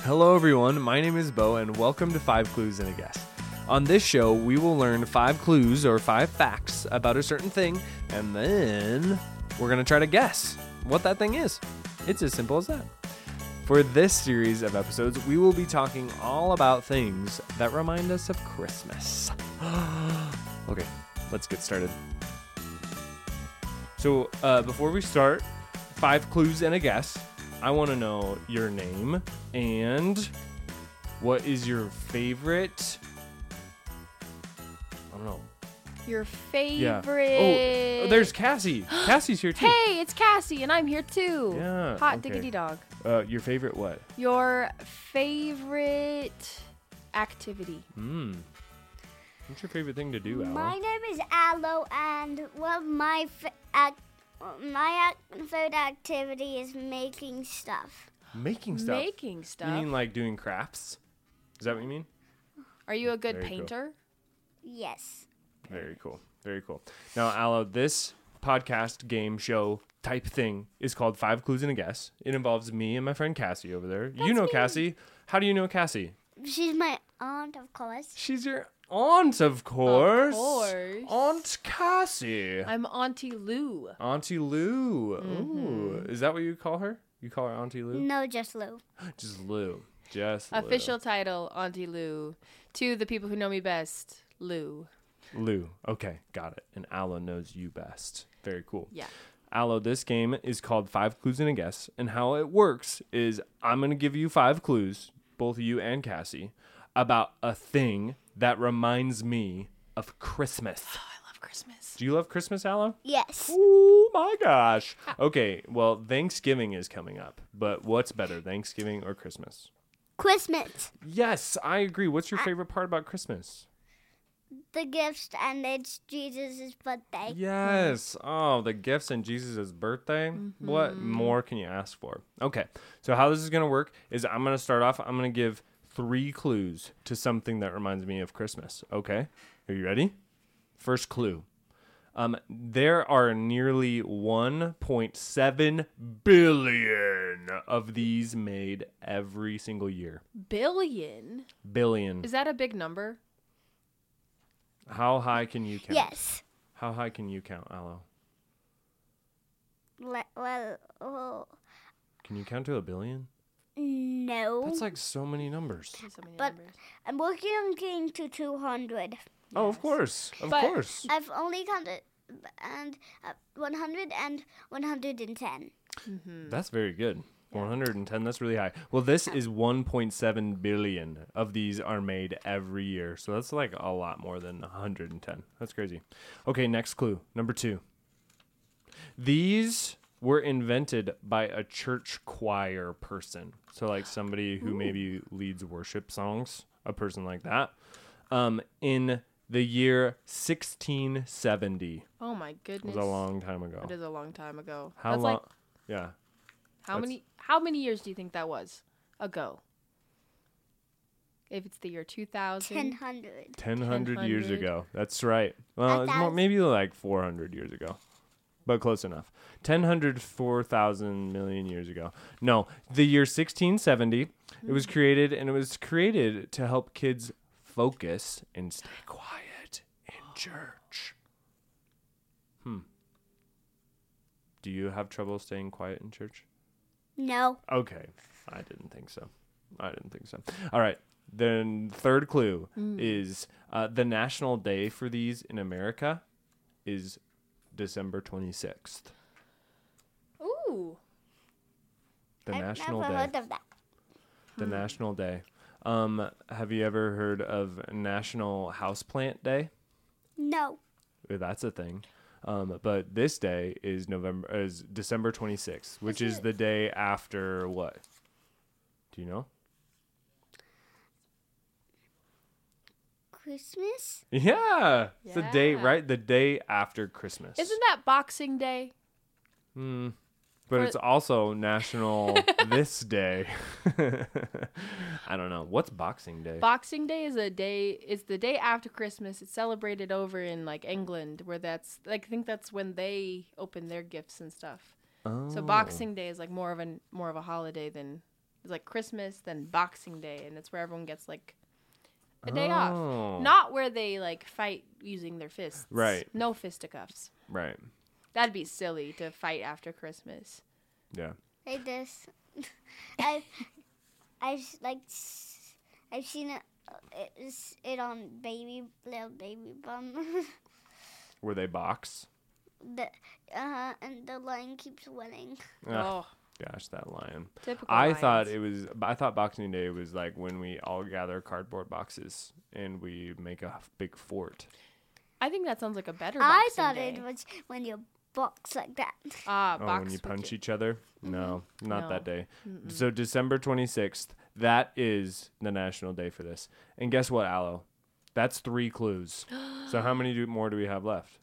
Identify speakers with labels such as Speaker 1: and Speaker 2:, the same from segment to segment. Speaker 1: Hello, everyone. My name is Bo, and welcome to Five Clues and a Guess. On this show, we will learn five clues or five facts about a certain thing, and then we're going to try to guess what that thing is. It's as simple as that. For this series of episodes, we will be talking all about things that remind us of Christmas. okay, let's get started. So, uh, before we start, five clues and a guess. I want to know your name and what is your favorite. I don't know.
Speaker 2: Your
Speaker 1: Yeah.
Speaker 2: favorite.
Speaker 1: Oh, there's Cassie. Cassie's here too.
Speaker 2: Hey, it's Cassie, and I'm here too.
Speaker 1: Yeah,
Speaker 2: Hot
Speaker 1: okay.
Speaker 2: diggity dog.
Speaker 1: Uh, your favorite what?
Speaker 2: Your favorite activity.
Speaker 1: Hmm. What's your favorite thing to do, Al?
Speaker 3: My name is Aloe, and one of my f- ac- my ac- favorite activity is making stuff.
Speaker 1: Making stuff.
Speaker 2: Making stuff.
Speaker 1: You mean like doing crafts? Is that what you mean?
Speaker 2: Are you a good
Speaker 1: There you go.
Speaker 2: painter?
Speaker 3: Yes.
Speaker 1: Very cool. Very cool. Now, Aloe, this podcast game show type thing is called Five Clues and a Guess. It involves me and my friend Cassie over there. you know Cassie. How do you know Cassie?
Speaker 3: She's my aunt, of course.
Speaker 1: She's your aunt, of course.
Speaker 2: course.
Speaker 1: Aunt Cassie.
Speaker 2: I'm Auntie Lou.
Speaker 1: Auntie Lou.
Speaker 2: Mm-hmm.
Speaker 1: Ooh. Is that what you call her? You call her Auntie Lou?
Speaker 3: No, just Lou.
Speaker 1: Just Lou. Just Lou.
Speaker 2: Mm. Official title, Auntie Lou. To the people who know me best, Lou.
Speaker 1: Lou. Okay, got it. And Aloe knows you best. Very cool.
Speaker 2: Yeah.
Speaker 1: Aloe, this game is called Five Clues and a Guess. And how it works is I'm going to give you five clues, both you and Cassie, about a thing that reminds me of Christmas.
Speaker 2: I love Christmas.
Speaker 1: Do you love Christmas, Aloe?
Speaker 3: Yes.
Speaker 1: Oh my gosh. Okay, well, Thanksgiving is coming up, but what's better, Thanksgiving or Christmas?
Speaker 3: Christmas.
Speaker 1: Yes, I agree. What's your favorite part about Christmas?
Speaker 3: The gifts, and it's Jesus' birthday.
Speaker 1: Yes. Oh, the gifts and Jesus' birthday. What more can you ask for? Okay. So how this is gonna work is I'm gonna start off. I'm gonna give three clues to something that reminds me of Christmas. Okay. Are you ready? First clue. Um, there are nearly 1.7 billion of these made every single year.
Speaker 2: Billion.
Speaker 1: Billion.
Speaker 2: Is that a big number?
Speaker 1: How high can you count?
Speaker 3: Yes.
Speaker 1: How high can you count, Aloe?
Speaker 3: Le- well, oh,
Speaker 1: Can you count to a billion?
Speaker 3: no.
Speaker 1: That's like so many numbers.
Speaker 2: So many
Speaker 3: But-
Speaker 2: numbers.
Speaker 3: I'm working on getting to 200.
Speaker 1: Oh, of course. Of
Speaker 2: But-
Speaker 1: course.
Speaker 3: I've only counted and uh, 100 and 110.
Speaker 1: That's very good. 110, that's really high. Well, this is 1.7 billion of these are made every year. So that's like a lot more than 110. That's crazy. Okay, next clue. Number two. These were invented by a church choir person. So, like somebody who maybe leads worship songs, a person like that, um, in the year 1670.
Speaker 2: Oh my
Speaker 1: It
Speaker 2: goodness.
Speaker 1: was a long time ago.
Speaker 2: It is a long time ago.
Speaker 1: How
Speaker 2: That's
Speaker 1: long?
Speaker 2: like
Speaker 1: yeah.
Speaker 2: How
Speaker 1: That's-
Speaker 2: many how many years do you think that was ago? If it's the year 2000,
Speaker 3: 1000.
Speaker 1: 1,000 years
Speaker 2: 1,000.
Speaker 1: ago. That's right. Well, it's more,
Speaker 3: thousand.
Speaker 1: maybe like 400 years ago, but close enough. 1,000, 4,000 million years ago. No, the year 1670.
Speaker 2: Hmm.
Speaker 1: It was created, and it was created to help kids focus and stay quiet in church. Hmm. Do you have trouble staying quiet in church?
Speaker 3: No.
Speaker 1: Okay. I didn't think so. I didn't think so. All right. Then third clue
Speaker 3: Hmm.
Speaker 1: is uh, the national day for these in America is December 26th.
Speaker 2: Ooh,
Speaker 1: The
Speaker 3: I've
Speaker 1: national
Speaker 3: never
Speaker 1: day.
Speaker 3: heard of that. Hmm.
Speaker 1: the national day. Um, have you ever heard of National Houseplant Day?
Speaker 3: No.
Speaker 1: Uh, That's a thing. Um, but this day is November is December 26th, which is the day after what? Do you know?
Speaker 3: Christmas?
Speaker 1: Yeah. It's the day,
Speaker 2: Yeah.
Speaker 1: right? The day after Christmas.
Speaker 2: isn't that Boxing Day?
Speaker 1: Mm. But
Speaker 2: For-
Speaker 1: it's also National This Day. I don't know. What's Boxing Day?
Speaker 2: Boxing Day is a day is the day after Christmas. It's celebrated over in like England where that's like I think that's when they open their gifts and stuff. So
Speaker 1: Oh.
Speaker 2: Boxing Day is like more of an more of a holiday than It's like Christmas, then Boxing Day, and it's where everyone gets like a day off.
Speaker 1: Oh.
Speaker 2: Not where they like fight using their fists.
Speaker 1: Right.
Speaker 2: No fisticuffs.
Speaker 1: right.
Speaker 2: That'd be silly to fight after Christmas.
Speaker 1: Yeah.
Speaker 3: Like this. I've, I've s- like, s- I've seen it. It's it on baby little baby bum.
Speaker 1: Where they box.
Speaker 3: the uh and the lion keeps winning.
Speaker 1: Ugh,
Speaker 2: oh,
Speaker 1: gosh, that lion.
Speaker 2: typical.
Speaker 1: I thought
Speaker 2: Lions.
Speaker 1: it was. I thought Boxing Day was like when we all gather cardboard boxes and we make a big fort.
Speaker 2: I think that sounds like a better.
Speaker 3: I
Speaker 2: Boxing
Speaker 3: thought
Speaker 2: Day.
Speaker 3: it was when you box like that.
Speaker 2: Ah,
Speaker 1: Oh,
Speaker 2: box
Speaker 1: when you
Speaker 2: with
Speaker 1: punch
Speaker 2: your-
Speaker 1: each other? No, not that
Speaker 2: No.
Speaker 1: day. So December 26th, that is the national day for this. And guess what, Aloe? That's three clues. so how many do, more do we have left?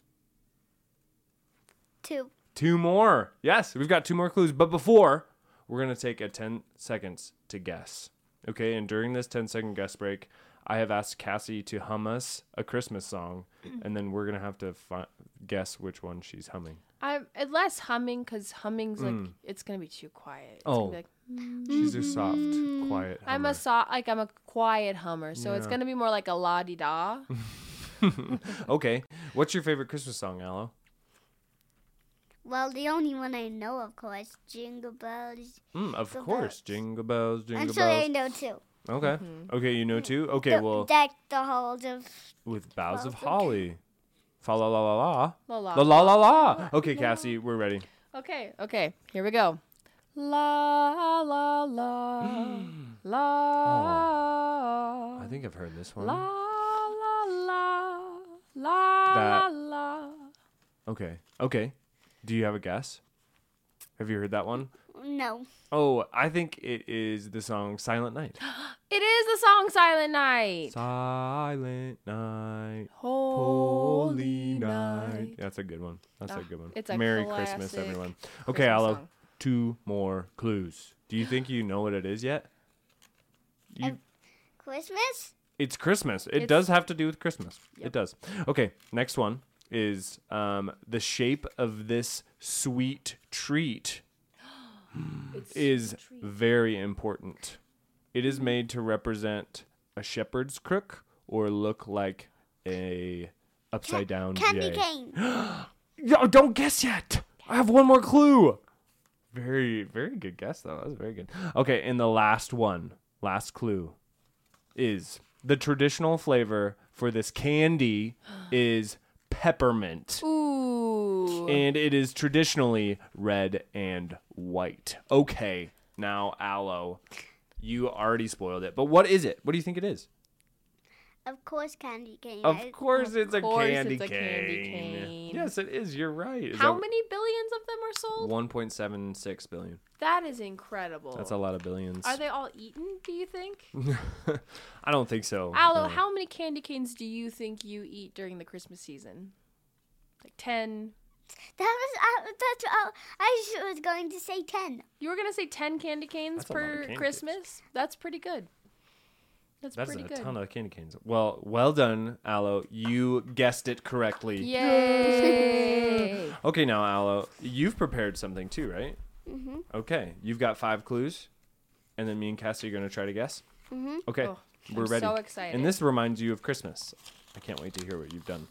Speaker 3: Two.
Speaker 1: Two more. Yes, we've got two more clues. But before, we're going to take a 10 seconds to guess. Okay, and during this 10 second guess break, I have asked Cassie to hum us a Christmas song, and then we're going to have to fi- guess which one she's humming.
Speaker 2: I'm less humming because humming's like it's gonna be too quiet. It's gonna
Speaker 1: Mm. Oh.
Speaker 2: be like,
Speaker 1: She's a soft, quiet.
Speaker 2: Mm-hmm. I'm
Speaker 1: hummer.
Speaker 2: a so- like I'm a quiet hummer, so it's
Speaker 1: Yeah.
Speaker 2: gonna be more like a la di da.
Speaker 1: okay. What's your favorite Christmas song, Aloe?
Speaker 3: Well, the only one I know, of course, Jingle Bells.
Speaker 1: Mm, of
Speaker 3: The
Speaker 1: course.
Speaker 3: bells.
Speaker 1: Jingle bells, jingle
Speaker 3: And so I
Speaker 1: bells.
Speaker 3: know two.
Speaker 1: Okay.
Speaker 2: Mm-hmm.
Speaker 1: Okay, you know too? Okay,
Speaker 3: The-
Speaker 1: well,
Speaker 3: Deck the halls of.
Speaker 1: with Boughs of
Speaker 3: of-
Speaker 1: Holly. Fa la la la la.
Speaker 2: La la.
Speaker 1: La la la la. Okay, Cassie, we're ready.
Speaker 2: Okay, okay, here we go. La la la la.
Speaker 1: Oh. I think I've heard this
Speaker 2: La
Speaker 1: one.
Speaker 2: la la la
Speaker 1: That-
Speaker 2: la la.
Speaker 1: Okay. Okay. Do you have a guess? Have you heard that one?
Speaker 3: No.
Speaker 1: Oh, I think it is the song Silent Night.
Speaker 2: It is the song Silent Night.
Speaker 1: Silent Night.
Speaker 2: Holy night.
Speaker 1: That's a good one. That's a
Speaker 2: Ah,
Speaker 1: good one.
Speaker 2: it's a
Speaker 1: Merry Christmas,
Speaker 2: classic
Speaker 1: everyone. Okay,
Speaker 2: Christmas
Speaker 1: Aloe,
Speaker 2: song.
Speaker 1: two more clues. Do you think you know what it is yet? You-
Speaker 3: Um, Christmas?
Speaker 1: it's Christmas. It
Speaker 2: It's-
Speaker 1: does have to do with Christmas. It
Speaker 2: Yep.
Speaker 1: does. Okay, next one is um, the shape of this sweet treat
Speaker 2: It's
Speaker 1: is very important. It is made to represent a shepherd's crook or look like a upside down
Speaker 3: Candy
Speaker 1: J.
Speaker 3: cane.
Speaker 1: Yo, don't guess yet. I have one more clue. Very, very good guess though. That was very good. Okay, and the last one, last clue, is the traditional flavor for this candy is peppermint,
Speaker 2: ooh.
Speaker 1: and it is traditionally red and white. Okay, now aloe, you already spoiled it. But what is it? What do you think it is?
Speaker 3: Of course, candy cane. I-
Speaker 1: Of course, it's a
Speaker 2: course
Speaker 1: candy
Speaker 2: it's a candy
Speaker 1: cane.
Speaker 2: cane.
Speaker 1: Yes, it is. You're right. Is
Speaker 2: How
Speaker 1: that-
Speaker 2: many billions of them are sold?
Speaker 1: 1.76 billion.
Speaker 2: That is incredible.
Speaker 1: That's a lot Oh of billions.
Speaker 2: Oh. Are they all eaten, do you think?
Speaker 1: I don't think so.
Speaker 2: Aloe,
Speaker 1: no.
Speaker 2: how many candy canes do you think you eat during the Christmas season? Like 10?
Speaker 3: That was. Uh, that's. Uh, I s- was going to say ten.
Speaker 2: You were going to say 10 candy canes
Speaker 1: That's a lot of
Speaker 2: per
Speaker 1: candy canes.
Speaker 2: Christmas? That's pretty good. That's,
Speaker 1: That's
Speaker 2: pretty
Speaker 1: a
Speaker 2: good.
Speaker 1: ton of candy canes. Well, well done, Aloe. You guessed it correctly.
Speaker 2: Yay!
Speaker 1: Okay, now Aloe, you've prepared something too, right? Mm-hmm. Okay, you've got five clues, and then me and Cassie are gonna try to guess. Mm-hmm. Okay,
Speaker 2: Oh,
Speaker 1: we're
Speaker 2: I'm
Speaker 1: ready.
Speaker 2: so excited.
Speaker 1: And this reminds you of Christmas. I can't wait to hear what you've done.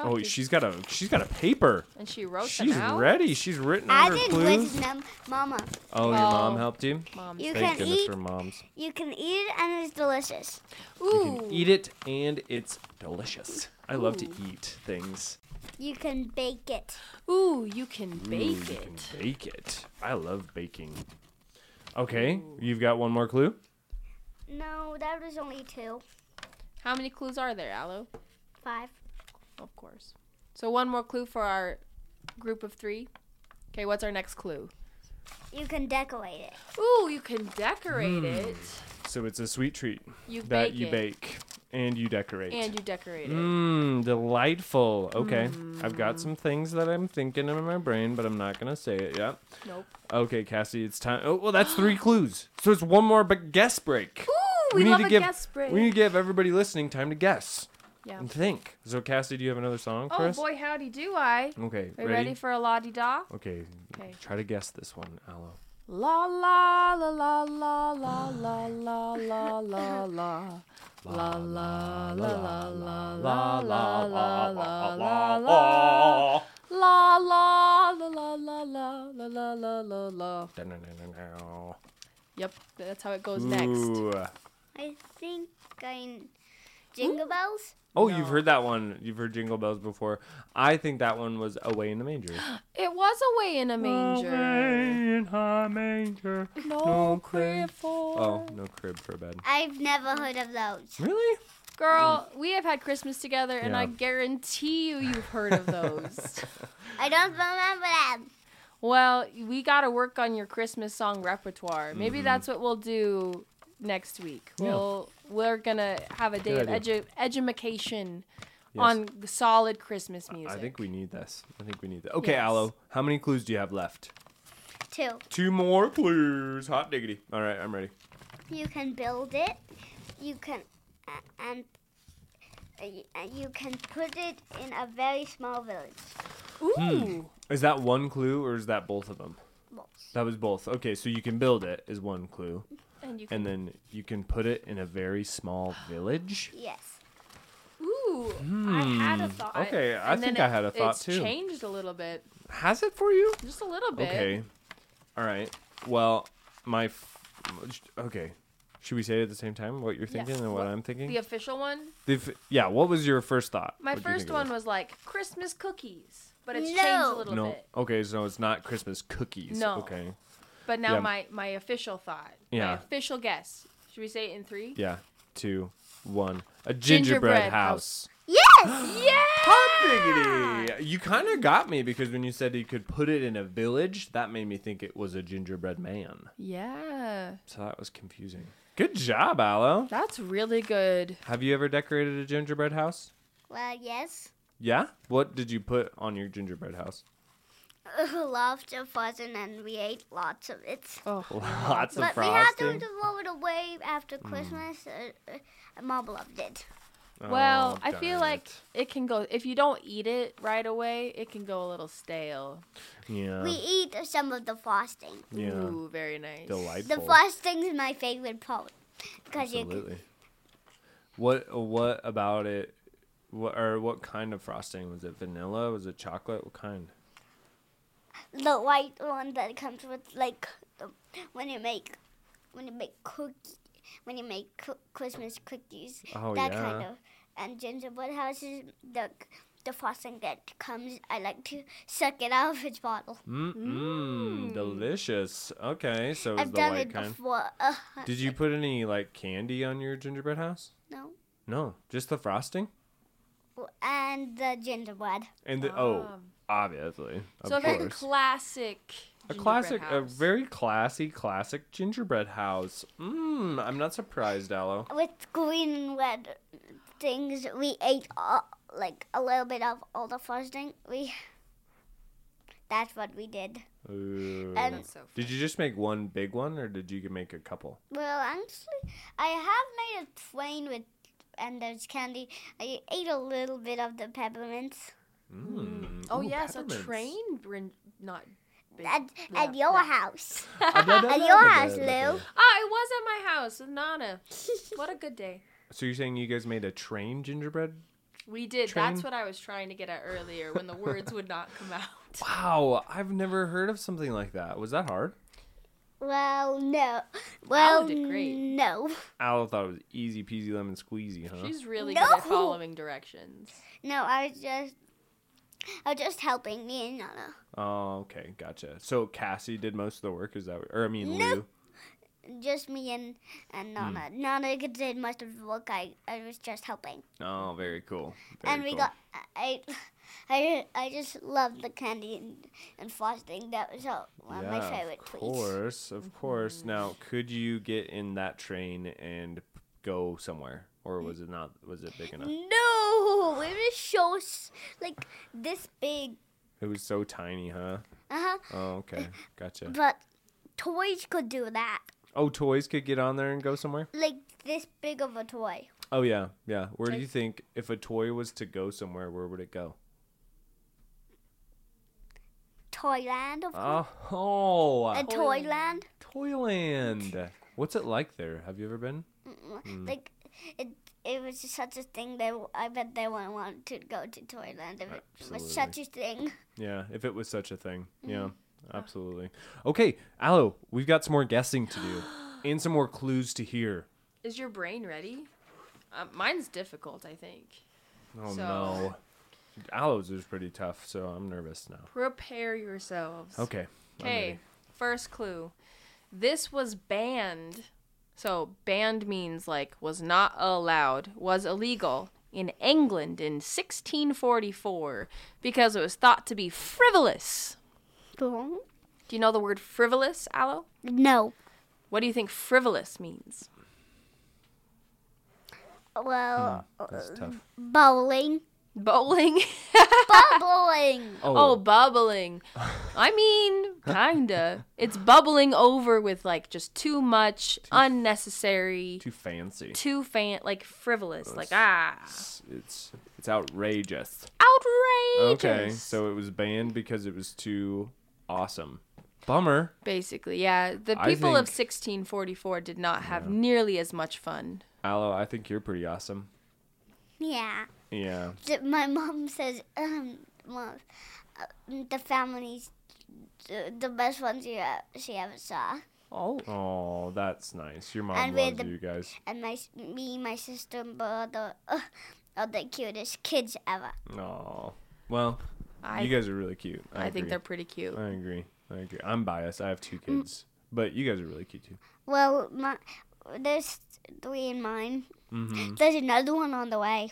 Speaker 1: Oh,
Speaker 2: did- Oh,
Speaker 1: she's got a she's got a paper.
Speaker 2: and she wrote
Speaker 1: She's
Speaker 2: them out.
Speaker 1: ready. She's written
Speaker 3: I
Speaker 1: out her
Speaker 3: did
Speaker 1: clues.
Speaker 3: with them, Mama.
Speaker 1: Oh, your mom
Speaker 2: Oh.
Speaker 1: helped you.
Speaker 2: Mom.
Speaker 3: You
Speaker 1: Thank
Speaker 3: can
Speaker 1: goodness
Speaker 3: eat.
Speaker 1: for moms.
Speaker 3: You can eat it, and it's delicious.
Speaker 1: You
Speaker 2: Ooh.
Speaker 1: can eat it, and it's delicious. I love to eat things.
Speaker 3: You can bake it.
Speaker 2: Ooh, you can
Speaker 1: Ooh,
Speaker 2: bake
Speaker 1: Mm, you
Speaker 2: it.
Speaker 1: can bake it. I love baking. Okay, you've got one more clue.
Speaker 3: No, that was only two.
Speaker 2: How many clues are there, Aloe?
Speaker 3: Five.
Speaker 2: Of course. So one more clue for our group of three. Okay, what's our next clue?
Speaker 3: You can decorate it.
Speaker 2: Ooh, you can decorate it.
Speaker 1: So it's a sweet treat
Speaker 2: You
Speaker 1: Hmm. that
Speaker 2: bake
Speaker 1: you
Speaker 2: it.
Speaker 1: bake and you decorate.
Speaker 2: And you decorate it. Mm.
Speaker 1: Mmm, delightful. Okay, I've got some things that I'm thinking in my brain, but I'm not gonna say it yet.
Speaker 2: Nope.
Speaker 1: Okay, Cassie, it's time. Oh, well, that's three clues. So it's one more, but guess break.
Speaker 2: Ooh, we, love a
Speaker 1: give,
Speaker 2: guess break.
Speaker 1: We need to give everybody listening time to guess
Speaker 2: yeah.
Speaker 1: and think. So, Cassie, do you have another song for
Speaker 2: Oh
Speaker 1: us?
Speaker 2: boy, howdy do I.
Speaker 1: Okay,
Speaker 2: Are you ready for a la di da?
Speaker 1: Okay,
Speaker 2: Okay.
Speaker 1: Try to guess this one, Aloe.
Speaker 4: La la la la la la la la la la la. La la la la la la la la la la la. La la la la la la la la la la la. Yep,
Speaker 2: That's how it goes next.
Speaker 1: Ooh.
Speaker 3: I think I jingle bells.
Speaker 1: Oh, you've heard that one. You've heard Jingle Bells before. I think that one was Away in the Manger.
Speaker 2: It was away in a manger.
Speaker 1: Away in a manger.
Speaker 4: No crib for.
Speaker 1: Oh, no crib for bed.
Speaker 3: I've never heard of those.
Speaker 1: Really?
Speaker 2: Girl, we have had Christmas together, and I
Speaker 1: Yeah.
Speaker 2: guarantee you, you've heard of those.
Speaker 3: I don't remember them.
Speaker 2: well, we got to work on your Christmas song repertoire. Maybe that's what we'll do next week.
Speaker 1: Mm-hmm. Yeah.
Speaker 2: We'll we're gonna have a day
Speaker 1: Good
Speaker 2: of edu- edumacation
Speaker 1: Yes.
Speaker 2: on solid Christmas music.
Speaker 1: I think we need this. I think we need that. Okay,
Speaker 2: Yes.
Speaker 1: Aloe, how many clues do you have left?
Speaker 3: Two.
Speaker 1: Two more clues. Hot diggity. All right, I'm ready.
Speaker 3: You can build it. You can uh, and uh, y- uh, you can put it in a very small village.
Speaker 2: Ooh.
Speaker 1: Is that one clue or is that both of them?
Speaker 3: Balls.
Speaker 1: That was both. Okay, so you can build it is one clue,
Speaker 2: And you can.
Speaker 1: and then you can put it in a very small village.
Speaker 3: Yes.
Speaker 2: Ooh. I had a
Speaker 1: Hmm.
Speaker 2: thought.
Speaker 1: Okay, I
Speaker 2: And then
Speaker 1: think I had a thought
Speaker 2: it's
Speaker 1: too.
Speaker 2: changed a little bit.
Speaker 1: Has it for you?
Speaker 2: Just a little bit.
Speaker 1: Okay. All right. Well, my. F- okay. Should we say it at the same time what you're thinking and what,
Speaker 2: What-
Speaker 1: I'm thinking?
Speaker 2: The official one?
Speaker 1: The f- yeah. What was your first thought?
Speaker 2: My
Speaker 1: What'd you think
Speaker 2: first
Speaker 1: it
Speaker 2: one was like Christmas cookies, but it's changed a
Speaker 3: No.
Speaker 2: little
Speaker 1: No.
Speaker 2: bit.
Speaker 1: Okay. So it's not Christmas cookies.
Speaker 2: No.
Speaker 1: Okay.
Speaker 2: But now
Speaker 1: Yeah.
Speaker 2: my my official thought, my
Speaker 1: Yeah.
Speaker 2: official guess. Should we say it in three?
Speaker 1: Yeah. Two, one. A gingerbread,
Speaker 2: Gingerbread
Speaker 1: house.
Speaker 3: Yes.
Speaker 2: Yeah. Ah.
Speaker 1: Hot diggity! You kind of got me because when you said you could put it in a village, that made me think it was a gingerbread man.
Speaker 2: Yeah.
Speaker 1: So that was confusing. Good job, Aloe.
Speaker 2: That's really good.
Speaker 1: Have you ever decorated a gingerbread house?
Speaker 3: well, yes.
Speaker 1: Yeah. What did you put on your gingerbread house?
Speaker 3: lots of frozen, and we ate lots of it.
Speaker 2: Oh.
Speaker 1: Lots of
Speaker 3: but we had to
Speaker 1: frosting. Hmm.
Speaker 3: throw it away after Christmas. Uh, uh, Mom loved it.
Speaker 2: Well,
Speaker 1: Oh,
Speaker 2: I
Speaker 1: darn
Speaker 2: feel like it can go if you don't eat it right away, it can go a little stale.
Speaker 1: it. yeah,
Speaker 3: We eat some of the frosting.
Speaker 1: yeah,
Speaker 2: Ooh, very nice.
Speaker 1: delightful.
Speaker 3: The frosting is my favorite part because you can,
Speaker 1: Absolutely. What what about it? What or what kind of frosting was it? Vanilla? Was it chocolate? What kind?
Speaker 3: the white one that comes with like the, when you make when you make cookie when you make coo- Christmas cookies.
Speaker 1: Oh,
Speaker 3: that
Speaker 1: yeah.
Speaker 3: kind of and gingerbread houses the the frosting that comes. I like to suck it out of its bottle.
Speaker 1: Mm, mm, delicious. Okay, so it was
Speaker 3: I've
Speaker 1: the
Speaker 3: done
Speaker 1: white
Speaker 3: it
Speaker 1: kind.
Speaker 3: before. Uh,
Speaker 1: Did you put any like candy on your gingerbread house?
Speaker 3: no.
Speaker 1: No, just the frosting.
Speaker 3: And the gingerbread.
Speaker 1: And the oh, obviously, of
Speaker 2: Um, Ah. So a very
Speaker 1: course,
Speaker 2: classic.
Speaker 1: a
Speaker 2: gingerbread
Speaker 1: classic, a
Speaker 2: house.
Speaker 1: very classy, classic gingerbread house. Mmm, I'm not surprised, Aloe.
Speaker 3: with green and red things. We ate all, like a little bit of all the frosting. We that's what we did.
Speaker 1: Ooh.
Speaker 3: And
Speaker 2: So
Speaker 1: Did you just make one big one, or did you make a couple?
Speaker 3: well, actually, I have made a train with and there's candy. I ate a little bit of the peppermints.
Speaker 1: Mm.
Speaker 2: Oh
Speaker 1: Ooh,
Speaker 2: yes, a
Speaker 1: peppermints.
Speaker 2: train brin- not big-
Speaker 3: At at
Speaker 2: yeah,
Speaker 3: your
Speaker 2: yeah.
Speaker 3: house,
Speaker 1: Ah, blah, blah,
Speaker 3: At
Speaker 1: blah,
Speaker 3: your
Speaker 1: blah,
Speaker 3: house,
Speaker 1: blah, blah.
Speaker 3: Lou.
Speaker 2: Oh, it was at my house with Nana. what a good day.
Speaker 1: So you're saying you guys made a train gingerbread?
Speaker 2: We did.
Speaker 1: Train-
Speaker 2: That's what I was trying to get at earlier when the words would not come out.
Speaker 1: Wow, I've never heard of something like that. Was that hard?
Speaker 3: Well, no. Well,
Speaker 2: did great.
Speaker 3: no.
Speaker 1: Al thought it was easy peasy lemon squeezy, huh?
Speaker 2: She's really
Speaker 3: No.
Speaker 2: good at following directions.
Speaker 3: No, I was just, I was just helping me and Nana.
Speaker 1: Oh, okay, gotcha. So Cassie did most of the work, is that? Or I mean,
Speaker 3: No.
Speaker 1: Lou.
Speaker 3: just me and, and Nana. Nana did most of the work. I, I was just helping.
Speaker 1: Oh, very cool. Very
Speaker 3: and we
Speaker 1: cool.
Speaker 3: got I, I I just loved the candy and, and frosting. That was all, one of my favorite Mm-hmm.
Speaker 1: Of
Speaker 3: treats.
Speaker 1: course, of course. Now, could you get in that train and go somewhere,
Speaker 3: Mm.
Speaker 1: or was it not? Was it big enough?
Speaker 3: No, it was so s- like this big.
Speaker 1: It was so tiny, huh?
Speaker 3: Uh huh.
Speaker 1: Oh, okay, gotcha.
Speaker 3: But toys could do that.
Speaker 1: Oh, toys could get on there and go somewhere.
Speaker 3: Like this big of a toy.
Speaker 1: Oh yeah, yeah. Where do
Speaker 2: I-
Speaker 1: you think if a toy was to go somewhere, where would it go?
Speaker 3: To Toyland. Of course.
Speaker 1: Oh, oh
Speaker 3: a Toyland.
Speaker 1: Toyland. What's it like there? Have you ever been?
Speaker 3: Mm, Like it, it was just such a thing. They, w- I bet they wouldn't want to go to Toyland if it was such a thing.
Speaker 1: Yeah, if it was such a thing. Yeah, absolutely. Okay, Aloe, we've got some more guessing to do and some more clues to hear.
Speaker 2: Is your brain ready? Uh, mine's difficult, I think.
Speaker 1: Oh
Speaker 2: So-
Speaker 1: no. Aloe's is pretty tough, so I'm nervous now.
Speaker 2: Prepare yourselves.
Speaker 1: Okay. Oh, I'm
Speaker 2: Okay,
Speaker 1: ready.
Speaker 2: first clue. This was banned. So, banned means like was not allowed, was illegal in England in 1644 because it was thought to be frivolous. Do you know the word frivolous, Aloe?
Speaker 3: No.
Speaker 2: What do you think frivolous means?
Speaker 3: Well,
Speaker 1: That's tough.
Speaker 3: mm, bowling.
Speaker 2: Bowling?
Speaker 3: Bubbling.
Speaker 2: oh, bubbling. I mean, kinda. It's bubbling over with like just too much, unnecessary,
Speaker 1: too fancy.
Speaker 2: too fan, like frivolous, like ah.
Speaker 1: It's, it's it's outrageous.
Speaker 2: outrageous.
Speaker 1: Okay, so it was banned because it was too awesome. Bummer.
Speaker 2: basically, yeah, the
Speaker 1: I
Speaker 2: people of
Speaker 1: think-
Speaker 2: 1644 did not have nearly as much fun.
Speaker 1: Aloe, I think you're pretty awesome.
Speaker 3: Yeah.
Speaker 1: Yeah.
Speaker 3: Th- My mom says, um, mom, uh, the family's the, the best ones you, e- she ever saw.
Speaker 2: Oh,
Speaker 1: Oh, that's nice. Your mom
Speaker 3: And we had
Speaker 1: loves
Speaker 3: the-
Speaker 1: you guys.
Speaker 3: And my s- me, my sister, and brother uh, are the cutest kids ever.
Speaker 1: Oh. Well,
Speaker 2: I
Speaker 1: you guys are really cute.
Speaker 2: I,
Speaker 1: I,
Speaker 2: think
Speaker 1: agree.
Speaker 2: they're Mm. pretty cute.
Speaker 1: I agree. I agree. I'm biased. I have two kids, but you guys are really cute too.
Speaker 3: Well, my, there's three in mine.
Speaker 1: hmm
Speaker 3: There's another one on the way.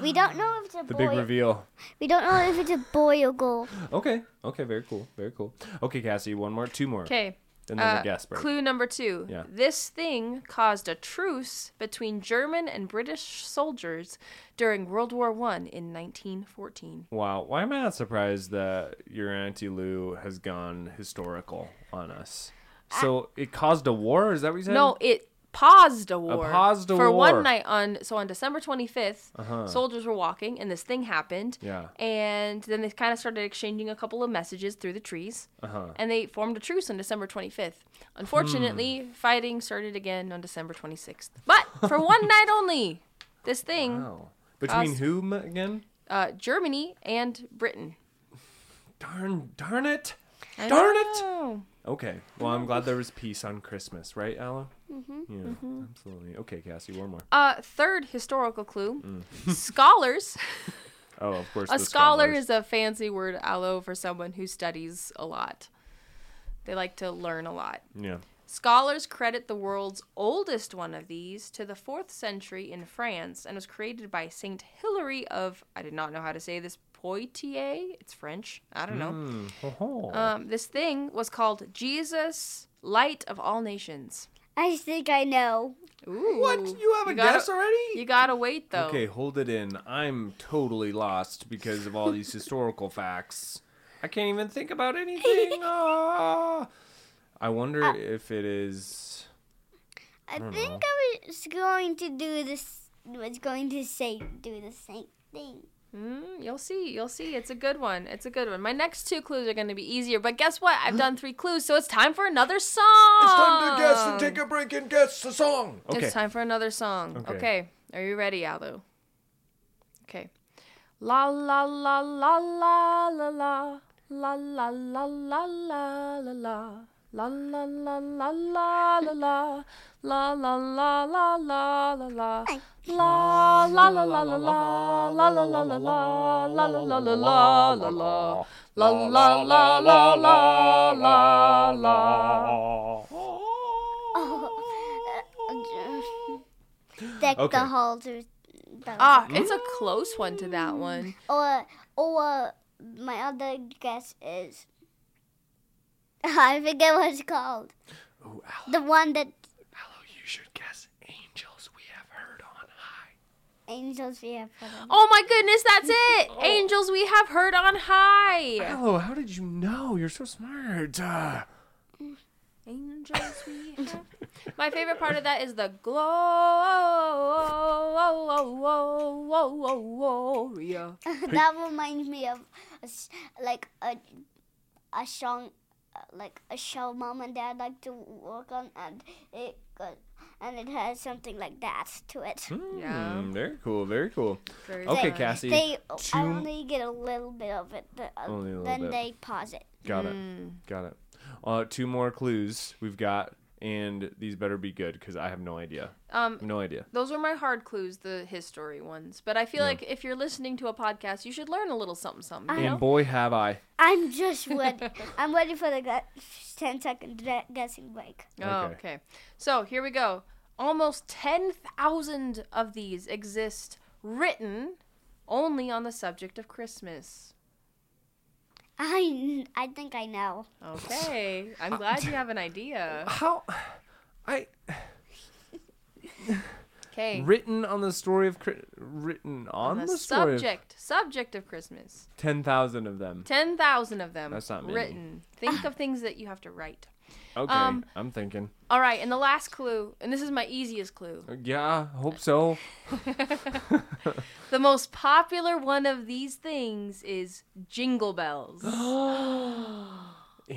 Speaker 3: we don't know if it's a
Speaker 1: The big
Speaker 3: boy.
Speaker 1: reveal.
Speaker 3: we don't know if it's a boy or girl.
Speaker 1: Okay. Okay. Very cool. Very cool. Okay, Cassie. One more. Two more.
Speaker 2: Okay,
Speaker 1: Then there's
Speaker 2: uh,
Speaker 1: a guess break.
Speaker 2: clue number two.
Speaker 1: Yeah.
Speaker 2: This thing caused a truce between German and British soldiers during World War One in 1914.
Speaker 1: wow. Why am I not surprised that your auntie Lou has gone historical on us? So it caused a war. Is that what you said?
Speaker 2: No, it paused a war.
Speaker 1: paused a
Speaker 2: for
Speaker 1: war.
Speaker 2: one night on so on December 25th,
Speaker 1: Uh-huh.
Speaker 2: soldiers were walking and this thing happened.
Speaker 1: Yeah.
Speaker 2: And then they kind of started exchanging a couple of messages through the trees.
Speaker 1: Uh huh.
Speaker 2: And they formed a truce on December 25th. Unfortunately,
Speaker 1: Hmm.
Speaker 2: fighting started again on December 26th. But for one night only, this thing,
Speaker 1: Wow. Between
Speaker 2: Caused-
Speaker 1: whom again?
Speaker 2: uh, Germany and Britain.
Speaker 1: Darn. Darn it.
Speaker 2: I
Speaker 1: Darn
Speaker 2: don't
Speaker 1: it!
Speaker 2: know.
Speaker 1: Okay. Well, I'm glad there was peace on Christmas, right, Alan? Mm-hmm. Yeah, absolutely. Okay, Cassie, one more.
Speaker 2: Uh, third historical clue scholars.
Speaker 1: Oh, of course.
Speaker 2: A
Speaker 1: Mm. the
Speaker 2: scholar
Speaker 1: scholars.
Speaker 2: is a fancy word allo for someone who studies a lot. They like to learn a lot.
Speaker 1: Yeah.
Speaker 2: Scholars credit the world's oldest one of these to the 4th century in France and was created by Saint Hilary of I did not know how to say this Poitiers. It's French. I don't know.
Speaker 1: Mm. Ho, ho.
Speaker 2: Um, this thing was called Jesus, Light of All Nations.
Speaker 3: I think I know.
Speaker 2: Ooh.
Speaker 1: what? You have a
Speaker 2: gotta-
Speaker 1: guess already?
Speaker 2: You gotta wait though.
Speaker 1: Okay, hold it in. I'm totally lost because of all these historical facts. I can't even think about anything. Ah. I wonder if it is.
Speaker 3: I, think I was going to do this. Was going to say do the same thing.
Speaker 2: Mm, you'll see. You'll see. It's a good one. It's a good one. My next two clues are going to be easier, but guess what? I've done three clues, so it's time for another song.
Speaker 1: a break and guess the song. Okay.
Speaker 2: Ah. It's time for another song.
Speaker 1: Okay.
Speaker 2: Okay. Are you ready, Alu? Okay. La la la la la la la la la la la la la la. La la la la la la la la la la la la la la La, la, la, la, la, la, la, la, la, la, la, la, la, la, la, la, la, la. La, la, la, la, la, la, la.
Speaker 1: Oh.
Speaker 3: Deck
Speaker 1: Okay.
Speaker 3: the halls or
Speaker 2: Ah, it's a close one to that one.
Speaker 3: or or my other guess is I forget what it's called.
Speaker 1: Ooh,
Speaker 3: The one that
Speaker 1: Hello, you should guess angels we have heard on high.
Speaker 3: angels we have. for them.
Speaker 2: Oh my goodness, that's it! Angels we have heard on high.
Speaker 1: Hello, how did you know? You're so smart. Uh,
Speaker 2: Angels we have. My favorite part of that is the gloria.
Speaker 3: that reminds me of a s like a a song, uh, like a show mom and dad like to work on, and it got, and it has something like that to it.
Speaker 2: Yeah.
Speaker 1: Hmm, very cool. Very cool.
Speaker 2: Very
Speaker 1: Okay,
Speaker 2: good.
Speaker 1: Cassie.
Speaker 3: They,
Speaker 1: two-
Speaker 3: I only get a little bit of it, the, uh,
Speaker 1: Only a little
Speaker 3: then
Speaker 1: bit.
Speaker 3: they pause it.
Speaker 1: Got it.
Speaker 2: Mm.
Speaker 1: Got it. Uh, two more clues we've got, and these better be good because I have no idea.
Speaker 2: Um,
Speaker 1: No idea.
Speaker 2: those were my hard clues, the history ones. But I feel like if you're listening to a podcast, you should learn a little something, something. You
Speaker 1: And
Speaker 2: know?
Speaker 1: boy, have I.
Speaker 3: I'm just waiting. I'm waiting for the gu- 10 second dra- guessing break.
Speaker 2: Oh,
Speaker 1: Okay.
Speaker 2: okay. So here we go. Almost 10,000 of these exist written only on the subject of Christmas.
Speaker 3: I, kn- I think I know.
Speaker 2: Okay. I'm glad you have an idea.
Speaker 1: How? I
Speaker 2: Okay.
Speaker 1: written on the story of Chri- written on,
Speaker 2: the,
Speaker 1: the, story of
Speaker 2: subject, subject of Christmas.
Speaker 1: ten thousand of them.
Speaker 2: 10,000 of them
Speaker 1: That's not many.
Speaker 2: written. Think of things that you have to write.
Speaker 1: Okay,
Speaker 2: Um,
Speaker 1: I'm thinking.
Speaker 2: All right, and the last clue, and this is my easiest clue.
Speaker 1: Yeah, hope so.
Speaker 2: The most popular one of these things is jingle bells.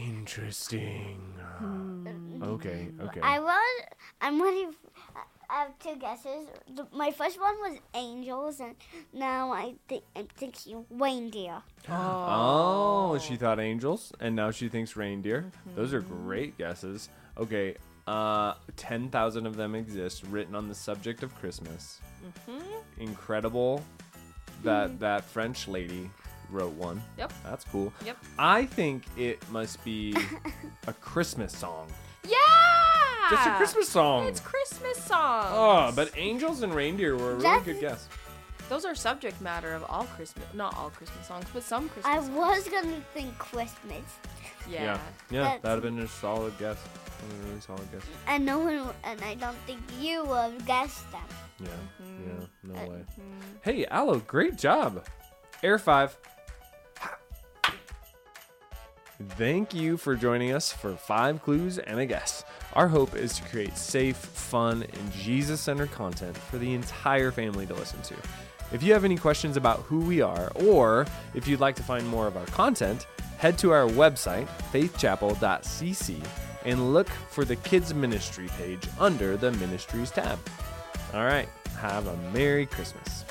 Speaker 1: Interesting.
Speaker 2: Hmm.
Speaker 1: Okay, okay.
Speaker 3: I was. I'm waiting. F- I- I have two guesses. The, my first one was angels, and now I think I'm thinking reindeer.
Speaker 1: Oh, she thought angels, and now she thinks reindeer. Those are great guesses. Okay, uh, 10,000 of them exist written on the subject of Christmas.
Speaker 2: Mm-hmm.
Speaker 1: Incredible that that French lady wrote one.
Speaker 2: Yep.
Speaker 1: That's cool.
Speaker 2: Yep.
Speaker 1: I think it must be a Christmas song.
Speaker 2: Yeah!
Speaker 1: Just a Christmas song.
Speaker 2: Ah. It's Christmas songs.
Speaker 1: oh, but angels and reindeer were a really
Speaker 3: That's-
Speaker 1: good guess.
Speaker 2: those are subject matter of all Christmas, not all Christmas songs, but some Christmas.
Speaker 3: I
Speaker 2: songs.
Speaker 3: was gonna think Christmas,
Speaker 1: Yeah.
Speaker 2: Yeah.
Speaker 1: Yeah,
Speaker 3: That's-
Speaker 1: that would have been a solid guess. That would've been a really solid guess.
Speaker 3: and no one, and I don't think you would have guessed them.
Speaker 1: Yeah. Yeah. No
Speaker 3: Uh,
Speaker 1: way. Hey, Aloe, great job. Air five. Thank you for joining us for Five Clues and a Guess. Our hope is to create safe, fun, and Jesus centered content for the entire family to listen to. If you have any questions about who we are, or if you'd like to find more of our content, head to our website, faithchapel.cc, and look for the Kids Ministry page under the Ministries tab. All right, have a Merry Christmas.